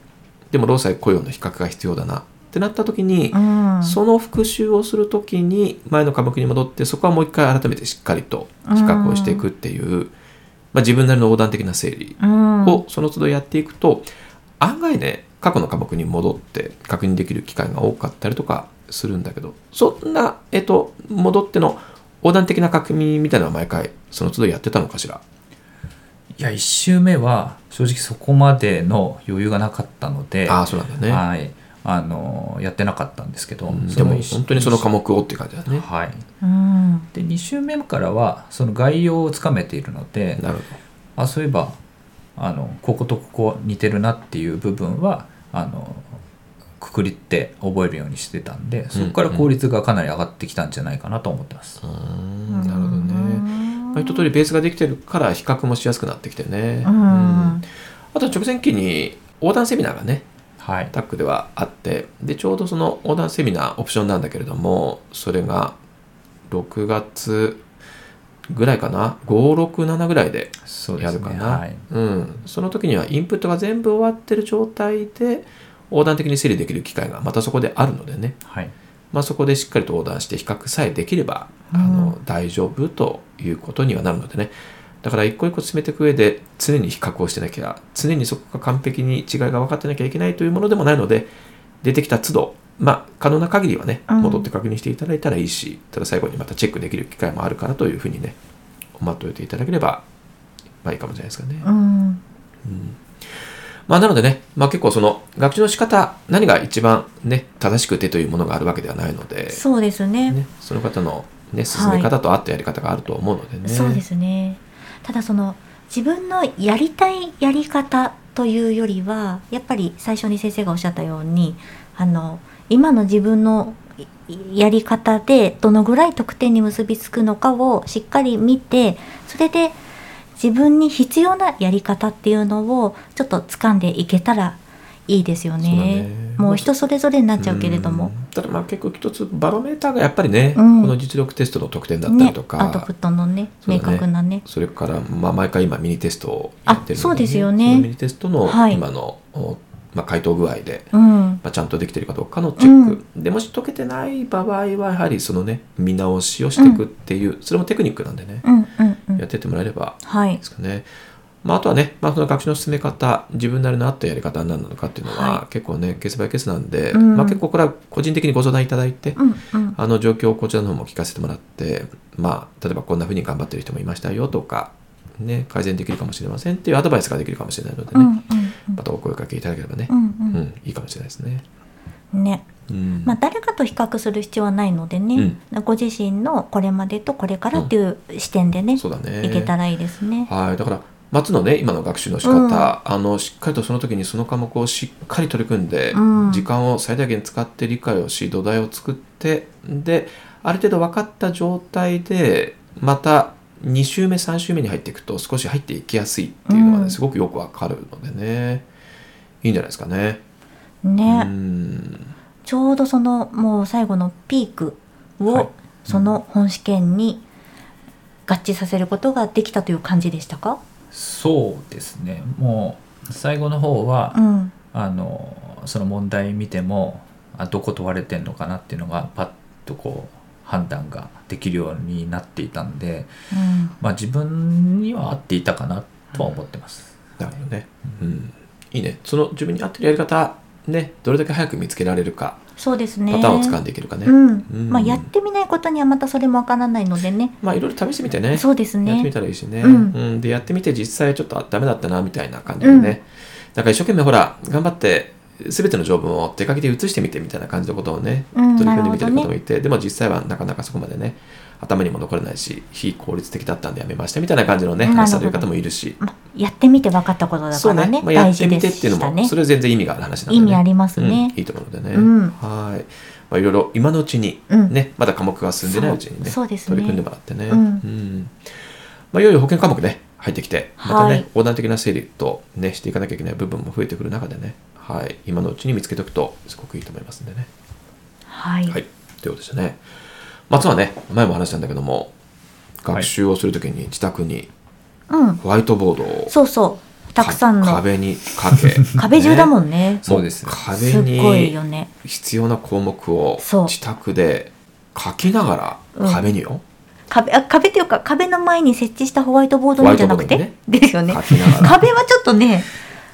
でも労災雇用の比較が必要だなってなった時に、うん、うん、その復習をするときに前の科目に戻ってそこはもう一回改めてしっかりと比較をしていくっていう、まあ、自分なりの横断的な整理うん、をその都度やっていくと、案外ね過去の科目に戻って確認できる機会が多かったりとかするんだけどそんな、えっと、戻っての横断的な確認みたいなのは毎回その都度やってたのかしら。いや1周目は正直そこまでの余裕がなかったのでああそうなんだね。はい、あのやってなかったんですけど、うんそでのも一本当にその科目をっていう感じだね。はい、うん、で2週目からはその概要をつかめているのでなるほあそういえばあのこことここ似てるなっていう部分はあのくくりって覚えるようにしてたんでそこから効率がかなり上がってきたんじゃないかなと思ってます。ど。うーんなるほどね。まあ、一通りベースができてるから比較もしやすくなってきてね。うんうんあとは直前期に横断セミナーがねはい、タックではあってでちょうどその横断セミナーオプションなんだけれどもそれが6月ぐらいかな567ぐらいでそうでやするかね。なはい、うん、その時にはインプットが全部終わってる状態で横断的に整理できる機会がまたそこであるのでね、はいまあ、そこでしっかりと横断して比較さえできれば、あの大丈夫ということにはなるのでねだから一個一個進めていく上で常に比較をしてなきゃ常にそこが完璧に違いが分かってなきゃいけないというものでもないので出てきた都度まあ可能な限りはねうん戻って確認していただいたらいいし、ただ最後にまたチェックできる機会もあるからというふうにね待っておいていただければまあいいかもしれないですかね。うん、まあ、なのでね、まあ、結構その学習の仕方何が一番ね正しくてというものがあるわけではないのでそうですねね、その方の、ね、進め方と合ったやり方があると思うのでね。そうですね。ただその自分のやりたいやり方というよりはやっぱり最初に先生がおっしゃったようにあの今の自分のいやり方でどのぐらい得点に結びつくのかをしっかり見てそれで自分に必要なやり方っていうのをちょっと掴んでいけたらいいですよそうだねね。もう人それぞれになっちゃうけれども。うんただまあ結構一つバロメーターがやっぱりね、うんこの実力テストの得点だったりねと、か、アウトプットのねそう明だね確なねそれからまあ毎回今ミニテストをやってるので、あそうですよねそのミニテストのはい今の、おまあ、回答具合で、うんまあ、ちゃんとできてるかどうかのチェック、でもし解けてない場合はやはりそのね見直しをしていくっていう、それもテクニックなんでね、うんうんうんやってってもらえればはいですかね。まあ、あとはね、まあ、その学習の進め方自分なりの合ったやり方は何なのかっていうのは、は結構ねケースバイケースなんで、うんまあ、結構これは個人的にご相談いただいて、うんうんあの状況をこちらの方も聞かせてもらって、まあ、例えばこんな風に頑張ってる人もいましたよとか、ね、改善できるかもしれませんっていうアドバイスができるかもしれないのでうね、んうんうんまたお声掛けいただければね、うんうんいいかもしれないですね。うんねうんまあ、誰かと比較する必要はないのでね、ご自身のこれまでとこれからっていう視点でね、そうだねいけたらいいですね。はい、だから、松のね今の学習の仕方、あのしっかりとその時にその科目をしっかり取り組んで、うん時間を最大限使って理解をし土台を作ってである程度分かった状態でまた2週目3週目に入っていくと少し入っていきやすいっていうのがね、うんすごくよく分かるのでねいいんじゃないですかね。ね、うんちょうどそのもう最後のピークを、はいその本試験に合致させることができたという感じでしたか、そうですねもう最後の方は、うん、あのその問題見てもあどこ問われてんのかなっていうのがパッとこう判断ができるようになっていたんで、うんまあ、自分には合っていたかなとは思ってます。なるほどね、うん、いいねその自分に合ってるやり方ねどれだけ早く見つけられるかそうですねパターンを掴んでいけるかね、うんんまあ、やってみないことにはまたそれもわからないのでねまあいろいろ試してみてねそうですやってみねたらいいしね、うんうんでやってみて実際ちょっとあダメだったなみたいな感じでね、だから一生懸命ほら頑張って全ての条文を手書きで写してみてみたいな感じのことをね、うん取り組んでみてるなるほどね方もいて、でも実際はなかなかそこまでね頭にも残らないし非効率的だったんでやめましたみたいな感じのねなるほど話される方もいるしまあやってみて分かったことだそかうらねまあ、や大って事みでてっていうのしたも、ねそれは全然意味がある話なの意で、ね、味ありますうん、いね、いところでね、うんはい、まあ、いろいろ今のうちに、うんねまだ科目が進んでないうちにねそうそうですね取り組んでもらってね、うんまあ、いよいよ保険科目ね入ってきてまたね、はい横断的な整理と、ね、していかなきゃいけない部分も増えてくる中でね、はい、今のうちに見つけておくとすごくいいと思いますんでね。はい、はい、ということでしたね。まあ、つまりね前も話したんだけどもい学習をするときに自宅にうんホワイトボードをそうそうたくさんのか壁壁にか け中だもねんねそうです壁すっにごいよね必要な項目をそう自宅で書きながうらん壁によ、壁あ壁というか壁の前に設置したホワイトボードにじゃなくて、ホワイトですよね書きな がら壁はちょっとね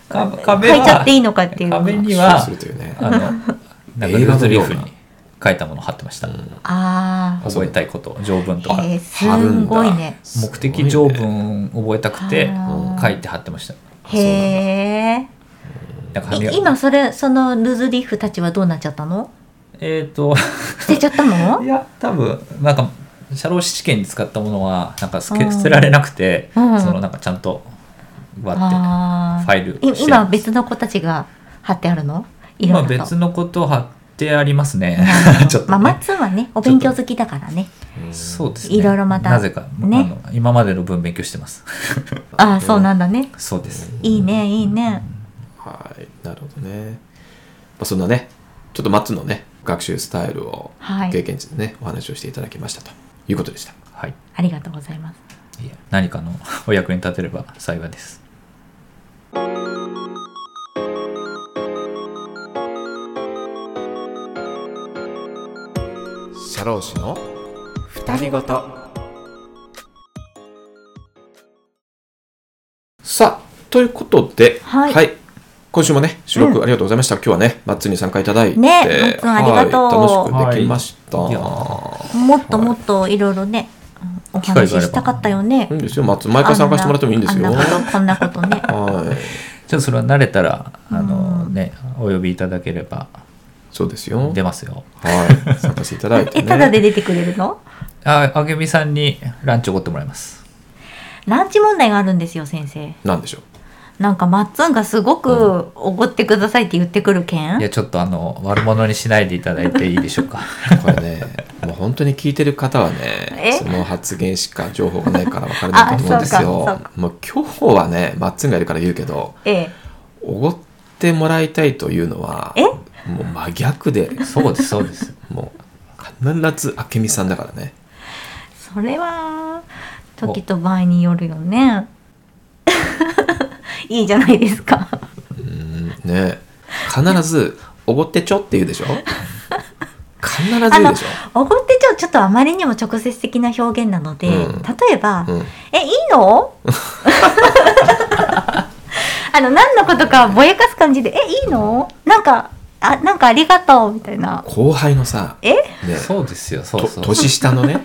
か書い壁ちゃっていいのかっていう壁に学習はするというねあ のなんか映ル画ーのズリよーうなフに書いたものを貼ってました、あ覚えたいこと条文とあか、えー、すんごいねすごい目的条文覚えたくてあー書いて貼ってました。そうなんだへえなんか紙が今それそのルーズリーフたちはどうなっちゃったのえー、と捨てちゃったのいや多分なんか社労士試験に使ったものはなんか捨うてん捨てられなくて、うんそのなんかちゃんと割あってあファイルいして今別の子たちが貼ってあるのいろ今んなと別のこと貼ってありますね ちょっと、ねまあ、松はねお勉強好きだからねうんそうですねいろいろまたなぜか、ねあの今までの分勉強してます ああそうなんだねそうですいいねいいねはいなるほどね、まあ、そんなねちょっと松のね学習スタイルをはい経験値でね、お話をしていただきましたということでしたはいありがとうございますいえ何かの お役に立てれば幸いです社労士の二人ごとさあということではい今週もね収録ありがとうございました、今日はねマッツンに参加いただいてねマッツンありがとうはい楽しくできました、はいいやもっともっといろいろね、うんお機会があ話ればししたかったよねいいんですよ、松毎回参加してもらってもいいんですよ。あんなあんなはことこんなことねい、ちょっとそれは慣れたらあの、うんねお呼びいただければそうですよ。出ますよはい、参加していただいて、 えね。ただで出てくれるのああげみさんにランチおごってもらいますランチ問題があるんですよ先生なんでしょう。なんかマッツンがすごうくおごってくださいって言ってくるけん、いやちょっとあの悪者にしないでいただいていいでしょうかこれね、もう本当に聞いてる方はねえ、その発言しか情報がないから分からないと思うんですあそうかよ。もう今日はね、マッツンがいるから言うけど、ええおごってもらいたいというのは、えもう真逆で、そうですそうですもう必ず明美さんだからね。それは時と場合によるよね いいじゃないですかうんね、必ずおごってちょって言うでしょ。必ず言うでしょ。 おごってちょちょっとあまりにも直接的な表現なので、うん例えば、うんえいい のあの何のことかぼやかす感じで「えいいのなんかあなんかありがとう」みたいな後輩のさ、えね、そうですよそうとそう年下のね、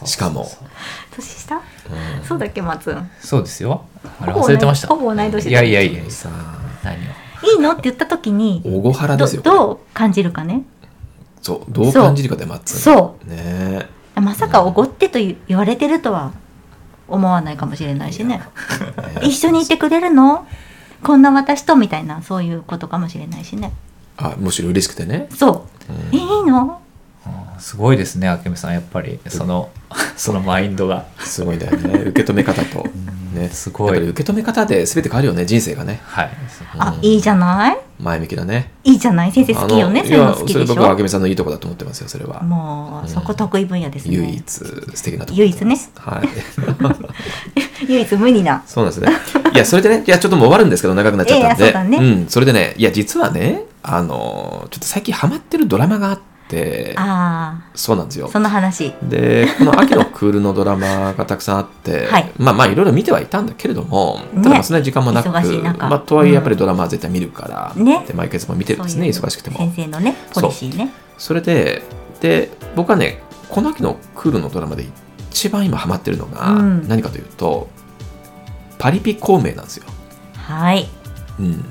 そうしかもそう年下うんそうだっけ松うんそうですよあれ忘れてましたほぼ同い年だいやいやいやさ何をいいのって言った時におごはらでどすよどう感じるかねそうどう感じるかで待つそう ねまさかおごってと言言われてるとは思わないかもしれないしね一緒にいてくれるのこんな私とみたいなそういうことかもしれないしねあむしろ嬉しくてね、そう、うんえいいのあーすごいですねあけみさんやっぱりその そのマインドがすごいんだよね受け止め方と、ね、すごいやっぱり受け止め方で全て変わるよね人生がねはいあうんいいじゃない前向きだねいいじゃない先生好きよねあのそういうの好きでやそしれ僕はょ明美さんのいいとこだと思ってますよそれはもうそこ得意分野ですね唯一素敵なとこ唯一ねはい 唯一無二なそうなんですねいやそれでねいやちょっともう終わるんですけど長くなっちゃったんでいやいやそうだねん、それでねいや実はねあのちょっと最近ハマってるドラマがあってあそうなんですよあその話でこの秋のクールのドラマがたくさんあって、 はいまあまあいろいろ見てはいたんだけれども、ねただまあそんなに時間もなく忙しい中まあ、とはいえやっぱりドラマは絶対見るから、うんねで毎月も見てるんですねそういう忙しくても先生のねポリシーねそれでで僕はねこの秋のクールのドラマで一番今ハマってるのがうん何かというと、パリピ孔明なんですよ、はいうん、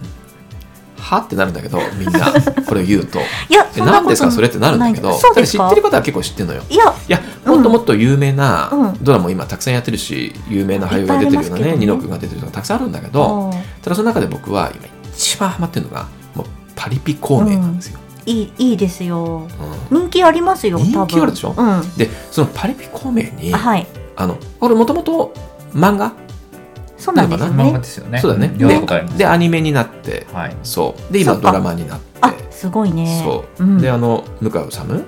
はってなるんだけどみん なこれを言うといや「えそんな何ことですかそれ」ってなるんだけどそたうでだす知かってる方は結構知ってるのよいやいやもっともっと有名なうんドラマを今たくさんやってるし、有名な俳優が出てるようなねいっぱいありますけどねニノ君が出てるとかたくさんあるんだけどおーただその中で僕は今一番ハマってるのがもうパリピ孔明なんですよ、いいいいですようん人気ありますよ多分人気あるでしょうんでそのパリピ孔明にはいあのこれもともと漫画、そうなんですよ漫画ねですよねそうだね読んだことありますでアニメになってはいそうで今そっかドラマになってあすごいねそう、んであの向井理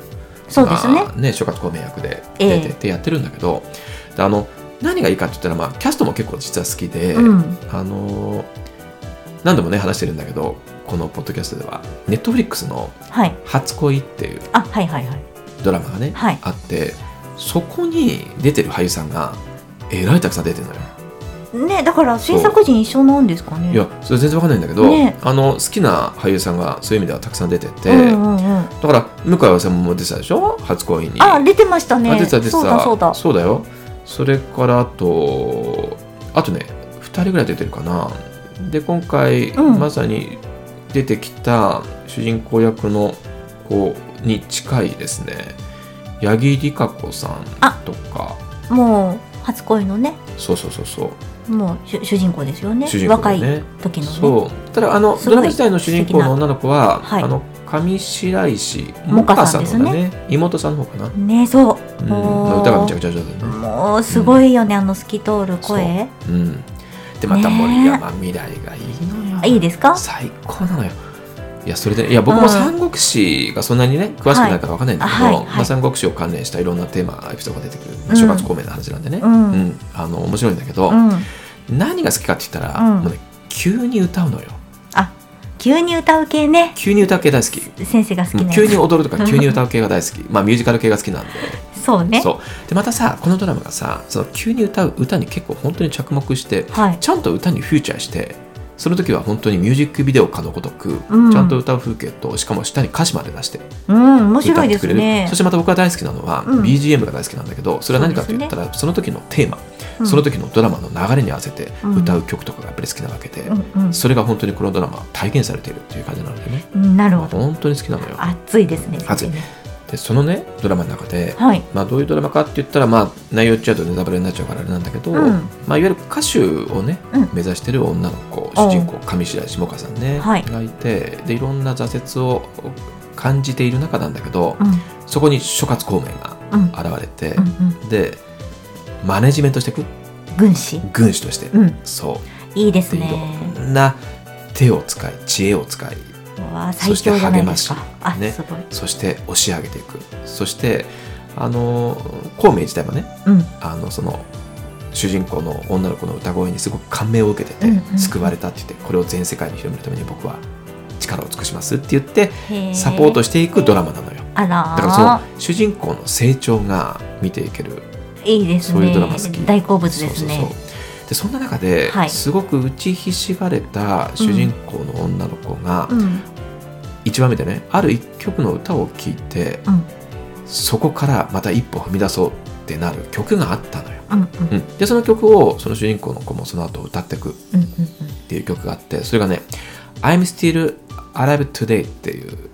そうですねがね諸葛孔明役で出ててやってるんだけど、であの何がいいかって言ったら、まあ、キャストも結構実は好きで、うんあの何度もね話してるんだけどこのポッドキャストではネットフリックスのはい「初恋」っていうあはいはいはいドラマがね、はいあってそこに出てる俳優さんがえらいたくさん出てるのよ。ねだから制作陣一緒なんですかねいやそれ全然わかんないんだけど、ねあの好きな俳優さんがそういう意味ではたくさん出てて、うんうんうんだから向井さんも出てたでしょ初恋にあ出てましたあね出てた出てたそうだそうだそうだよそれからあとあとね2人ぐらい出てるかなで今回、うんまさに出てきた主人公役の子に近いですね八木里香子さんあとかもう初恋のねそうそうそうそうもう主主人公ですよね主人公若だよいね時のねそうただあのすごドいラマ時代の主人公の女の子は、素敵なはいあの上白石萌萌歌歌ささんんのです方ねだね妹さんの方かな、ねそううんおー歌がめちゃくちゃ上手だよね、もうすごいよね、あの透き通る声うん、でまたねえ森山未来がいいのよいいですか最高なのよいやそれでいや僕もうん三国志がそんなにね詳しくないからわかんないんだけど、はいはいはいまあ、三国志を関連したいろんなテーマエピソードが出てくる、まうんあ、諸葛孔明の話なんでね、うんあの面白いんだけど、うん何が好きかって言ったら、うんもうね急に歌うのよあ急に歌う系ね急に歌う系大好き先生が好きなやつ急に踊るとか急に歌う系が大好 きまあミュージカル系が好きなんでそうねそうでまたさこのドラマがさその急に歌う歌に結構本当に着目してはいちゃんと歌にフューチャーしてその時は本当にミュージックビデオかのごとく、うんちゃんと歌う風景としかも下に歌詞まで出してうん面歌白っいでてくすれる、ねそしてまた僕が大好きなのは、うん BGM が大好きなんだけどそれは何かといったらそ,、の時のテーマ、うんその時のドラマの流れに合わせてうん歌う曲とかがやっぱり好きなわけで、うんうんそれが本当にこのドラマは体現されているっていう感じなのでねうんなるほど本当に好きなのよ熱いですね熱い先生ねでそのねドラマの中で、はいまあ、どういうドラマかって言ったら、まあ、内容言っちゃうとネタバレになっちゃうからあれなんだけど、うんまあ、いわゆる歌手をね、うん目指してる女の子主人公上白石萌歌さんね、はいがいてでいろんな挫折を感じている中なんだけど、うんそこに諸葛孔明がうん現れてう、んうんでマネジメントしていく軍師軍師として、うんそういいですでいねろんな手を使い知恵を使いうわ最強じゃないですかそしてあしねすごいそして押し上げていくそしてあの孔明自体もねうんあのその主人公の女の子の歌声にすごく感銘を受けてて、うんうん救われたって言ってこれを全世界に広めるために僕は力を尽くしますって言ってへサポートしてしていくドラマなのよあらーだからその主人公の成長が見ていけるいいですねそういうドラマ好き大好物ですねそうそうそうでそんな中で、はいすごく打ちひしがれた主人公の女の子が、うん一番目でねある一曲の歌を聴いてうんそこからまた一歩踏み出そうってなる曲があったのよ、うんうんうん、でその曲をその主人公の子もその後歌っていくうんうんうんっていう曲があってそれがね「I'm Still Alive Today」っていう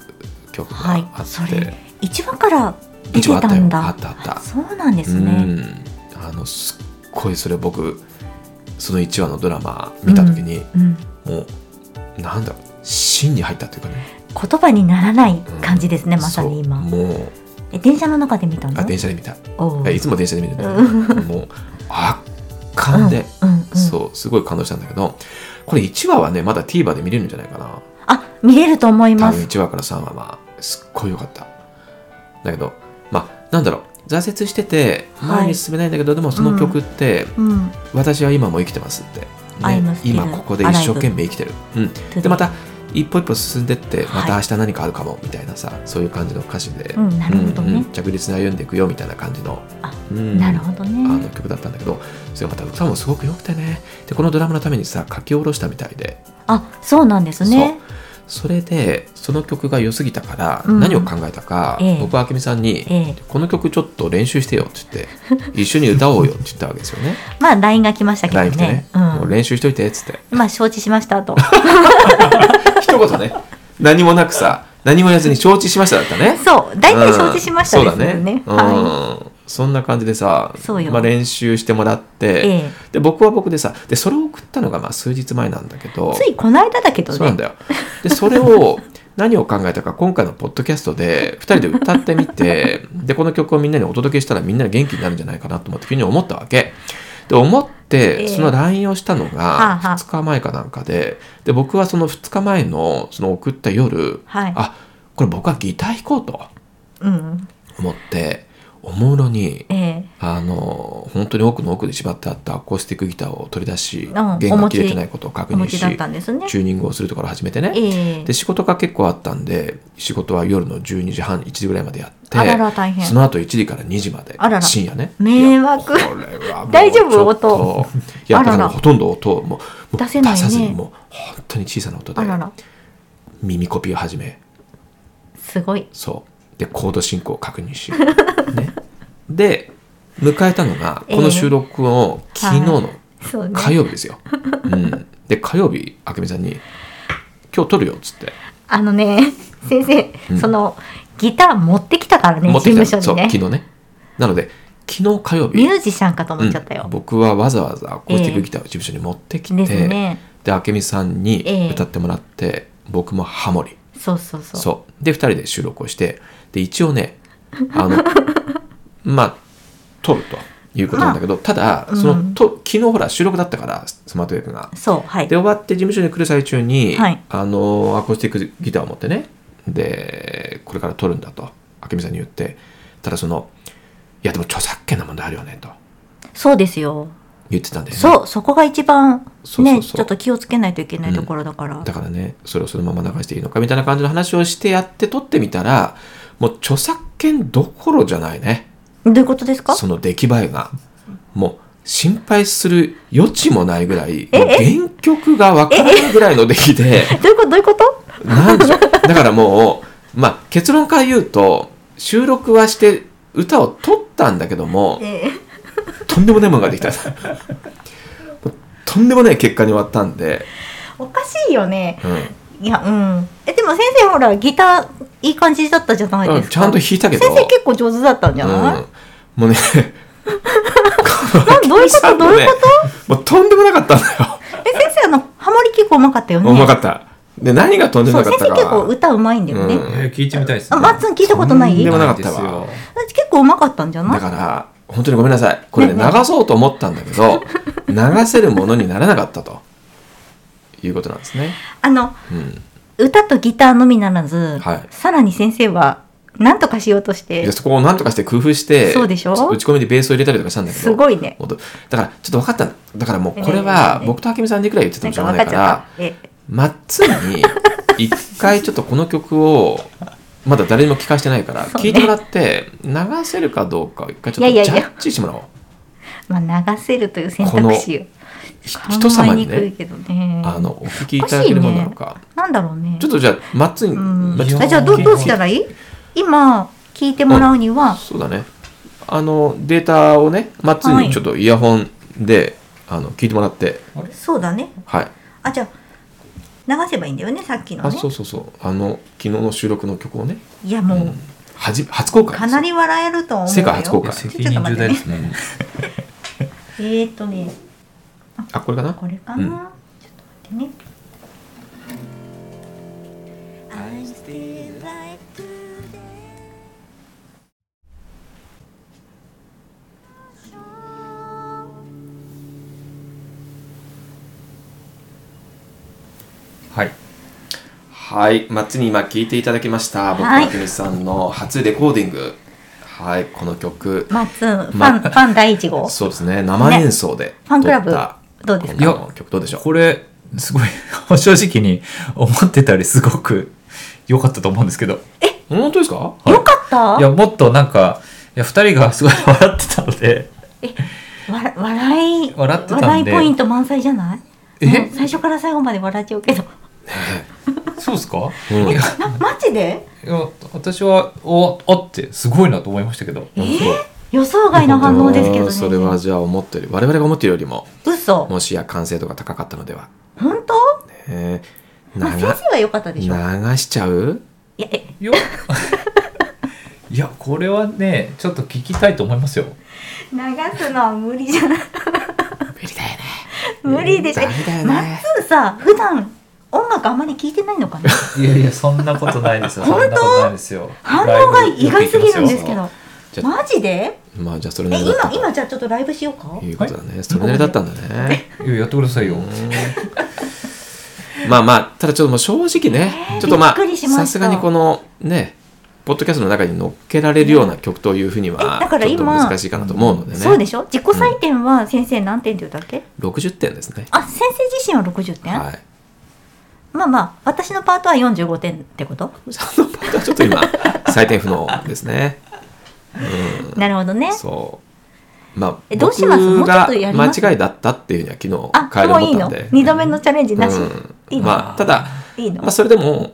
曲がはいあそって、れ一話から出一て応あったたよんだあったあったそうなんですうねんあのすっごいそれ僕その1話のドラマ見た時に、うん、もうなんだろう芯に入ったというかね言葉にならない感じですね、まさにそう今もうえ電車の中で見たのあ電車で見たおういやいつも電車で見るんだけどうもう圧巻で、うんうんそうすごい感動したんだけどこれ1話はねまだ TVer で見れるんじゃないかなあ見れると思い多ま分す1話から3話はすっごい良かっただけどまあなんだろう挫折しててはい前に進めないんだけど、でもその曲って、うん私は今も生きてますって、ね I am still 今ここで一生懸命生きてる、うん、でまた一歩一歩進んでってはいまた明日何かあるかもみたいなさ、そういう感じの歌詞で、うんなるほどねうんうん着実に歩んでいくよみたいな感じのあうんなるほどあねの曲だったんだけどそれがまた歌もすごく良くてねでこのドラマのためにさ書き下ろしたみたいであそうなんですねそれでその曲が良すぎたから、うん何を考えたか、ええ僕は明美さんに、ええこの曲ちょっと練習してよ」って言 って「一緒に歌おうよ」って言ったわけですよね。まあ LINE が来ましたけど LINE 来てねね、もうう練習しといて」っつってんまあ承知しましたと 一言ね何もなくさ何もやずに承知しましただったねそう大体承知しましたですようんね,、そうだね、はうんそんな感じでさそうよまあ、練習してもらっい、て、ええで僕は僕でさでそれを送ったのがまあ数日前なんだけどついこの間だけどそうなんねだよでそれを何を考えたか今回のポッドキャストで2人で歌ってみてでこの曲をみんなにお届けしたらみんな元気になるんじゃないかなと思って急に思ったわけで思っええてその LINE をしたのはあがはあ2日前かなんかでで僕はその2日前のその送った夜はいあこれ僕はギター弾こうとうん思っておもむろにええあの本当に奥の奥で縛ってあったアコースティックギターを取り出しうん弦が切れてないことを確お認持ちしだったんですねチューニングをするところを始めてねええで仕事が結構あったんで仕事は夜の12時半1時ぐらいまでやってあらら大変その後1時から2時まであらら深夜ね迷惑いやこれはもう 大丈夫ちょっ音といやあだららからほとんど音をもうもう出せないね出さずにもう本当に小さな音であらら耳コピーを始めすごいそうでコード進行を確認し、ね、 で迎えたのがええこの収録を昨日のそうね火曜日です よ、うん、で火曜日あけみさんに「今日撮るよ」っつってあのね 先生、うんそのギター持ってきたからね持事ってきた務所にねそう昨日ねなので昨日火曜日ミュージシャンかと思っちゃったうんよ、僕はわざわざアコースティックギターを事務所に持ってきて、ですねで明美さんええに歌ってもらって、僕もハモリそうそうそうそうで2人で収録をしてで一応ねあの まあ撮るということなんだけど、ただうんその、と昨日ほら収録だったからスマートウェブがそうはいで終わって事務所に来る最中に、はいあのアコースティックギターを持ってねでこれから撮るんだと明美さんに言ってただその「いやでも著作権の問題あるよね」とそうですよ言ってたんだよねそうそこが一番ねそうそうそうちょっと気をつけないといけないところだから、だからねそれをそのまま流していいのかみたいな感じの話をしてやって撮ってみたらもう著作権どころじゃないねどういうことですかその出来栄えがもう心配する余地もないぐらいもう原曲がわからないぐらいの出来でどういうことどういうことなんでしょうだからもう、まあ、結論から言うと収録はして歌を撮ったんだけどもええとんでもないものができたもうとんでもない結果に終わったんで、おかしいよねうんいやうんえでも先生ほらギターいい感じだったじゃないですか、ちゃんと弾いたけど先生結構上手だったんじゃない、うん、もうねなどういう こさとんどのういねうこともうとんでもなかったんだよえ先生あのハモリ結構うまかったよねうまかったで何がとんでもそなうかっ先た生か結構歌うまいんだよね、うんえー聞いてみたいですあね。マッツン聞いたことないとんでも結なかったわないですよ構うまかったんじゃないだから本当にごめんなさいこれねねね流そうと思ったんだけ ど流せるものにならなかったということなんですね、あのうん、歌とギターのみならず、はいさらに先生は何とかしようとしてでそこをなんとかして工夫してそうでしょ打ち込みでベースを入れたりとかしたんだけどすごいねもうどだからちょっと分かったんだだからもうこれはね僕と明美さんにいくら言っててなもんしょかうがないか分かっちゃらったええマッツンに一回ちょっとこの曲をまだ誰にも聞かしてないからそう聞ねいてもらって流せるかどうかを一回ちょっいやといジャやいやッジしてもらおうまあ流せるという選択肢をひ人考え様ににくいねけどねあのお聞きいただけるものなのかなんだろうねちょっとじゃあマッツン、うんまあちょっとえじゃあどうどうしたらいい今聞いてもらうには、そうだねあのデータをねマッツンはいにちょっとイヤホンで、あの聞いてもらってそうだねはいあじゃあ流せばいいんだよねさっきのねあそうそうそうあの昨日の収録の曲をねいやもう、はじ初公開ですかなり笑えると思うよ世界初公い開や責任重大ですね。えーっとねあこれかなこれかな、うんちょっと待ってね I'm still like today はいはい、マッチに今聴いていただきました、僕はいはケミさんの初レコーディング、はい、この曲、まあつんファン、まファン第一号フそうですね、生演奏でァンクラブ撮ったどうですか今回の曲どうでしょうこれすごい 正直に思ってたよりすごく良かったと思うんですけど本当ですかいよかったいやもっとなんかいや2人がすごい笑ってたのでわ笑い笑ってたんで笑いポイント満載じゃないえもう最初から最後まで笑っちゃうけどそうですかうんえなマジでいや私はおあってすごいなと思いましたけどえー予想外の反応ですけどねそれはじゃあ思ってる、我々が思ってるよりも、嘘もしや完成度が高かったのでは。本当ねえまあ、先生流は良かったでしょ流しちゃういやえ よいやこれはねちょっと聞きたいと思いますよ流すのは無理じゃない無理だよね。無理でしょダメだよねマッツンさ普段音楽あんまり聞いてない のかないやいやそんなことないですよそ本当んなことないですよ反応が意外すぎラるんですイブよく聞いけてまどマジでまあじゃあそれなえりだった今と今じゃあちょっとライブしようかいうことだね、それなりだったんだね。いややってくださいよ まあまあただちょっともう正直ね、えーちょっとまびっくりあしましたさすがにこのねポッドキャストの中に乗っけられるような曲というふうにえだはからちょっと今難しいかなと思うのでねそうでしょ自己採点は先生何点って言うだっけ、 60点ですねあ先生自身は60点、はい まあまあ私のパートは45点ってことそのパートはちょっと今採点不能ですねなるほどねそうまあえどうしますもう僕ちょっがとやります間違いだったっていうふうにはあ昨日もう帰りいい思ったのんで二度目のチャレンジなし、うんいいの、まあただいいの、まあ、それでも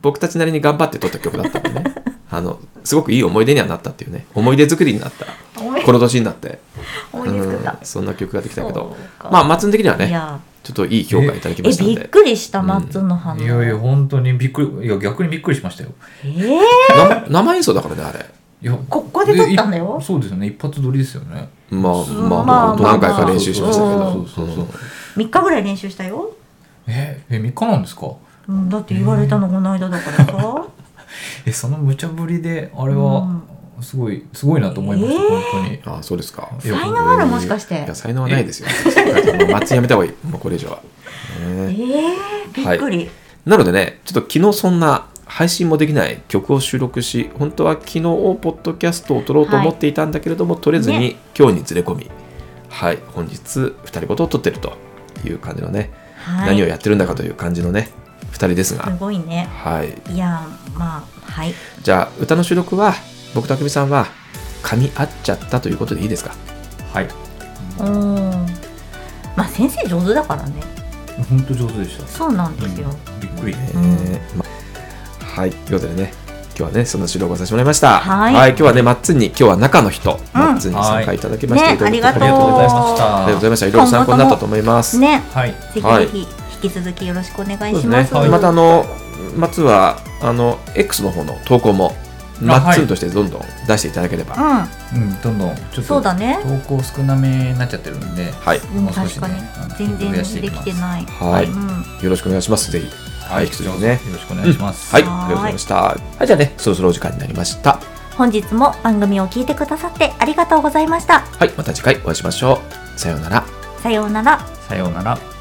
僕たちなりに頑張って撮った曲だったん でねあのすごくいい思い出にはなったっていうね思い出作りになった思いこの年になって思い出作った、うんそんな曲ができたけどそうかまあ松的にはいねやちょっといい評価いただきえましたんびっでくりしたマッツンの反応、いやいや本当にびっくりいや逆にびっくりしましたよえーな生演奏だからねあれいやここで撮ったんだよいそうですよね一発撮りですよねまあうんまあ、まあまあ何回か練習しましたけど、そうそうそうそう3日ぐらい練習したよ、ええ3日なんですかうん、だって言われたのこの間だからさえその無茶ぶりであれはすごいすごいなと思いました、えー本当にああそうですかいや才能あるもしかしていや才能はないですよもう松やめた方がいいもうこれ以上は、 えねー、びっくり、なのでね、ちょっと昨日そんな配信もできない曲を収録し、本当は昨日ポッドキャストを撮ろうと思っていたんだけれども、撮れずに、ね今日にずれ込み、はい、本日2人ごとを撮ってるという感じのね、はい、何をやってるんだかという感じのね、2人ですすが、ごいねはい、いやまあはいじゃあ歌の収録は僕とあくびさんは噛み合っちゃったということでいいですか。はいうんまあ先生上手だからね本当上手でしたそうなんですよ、うんびっくりえうんーまはい、ということでね。今日はね、そんな収録をさせてもらいました。はい今日はね、マッツンに、今日は中の人、マッツンに参加いただきまして、ねどもありがとうありがとうございありがとうごましざいました。いろいろ参考になったと思います。ねたはいぜひはいぜひ引き続きよろしくお願いそうでしすまねす。はいまたあの松はあの X の方の投稿もマッツンとしてどんどん出していただければ。ううんどんどんちょん、っそうとだね。投稿少なめになっちゃってるんではい、うん、もう少確しかねにあの全然増でやしてきいきますてない。はいうん、よろしくお願いします。ぜひ。はい、引き続きね。よろしくお願いします、はい、ありはいがとうございました。はい、じゃあね、そろそろお時間になりました。本日も番組を聞いてくださってありがとうございました。はい、また次回お会いしましょう。さようなら。さようなら。さようなら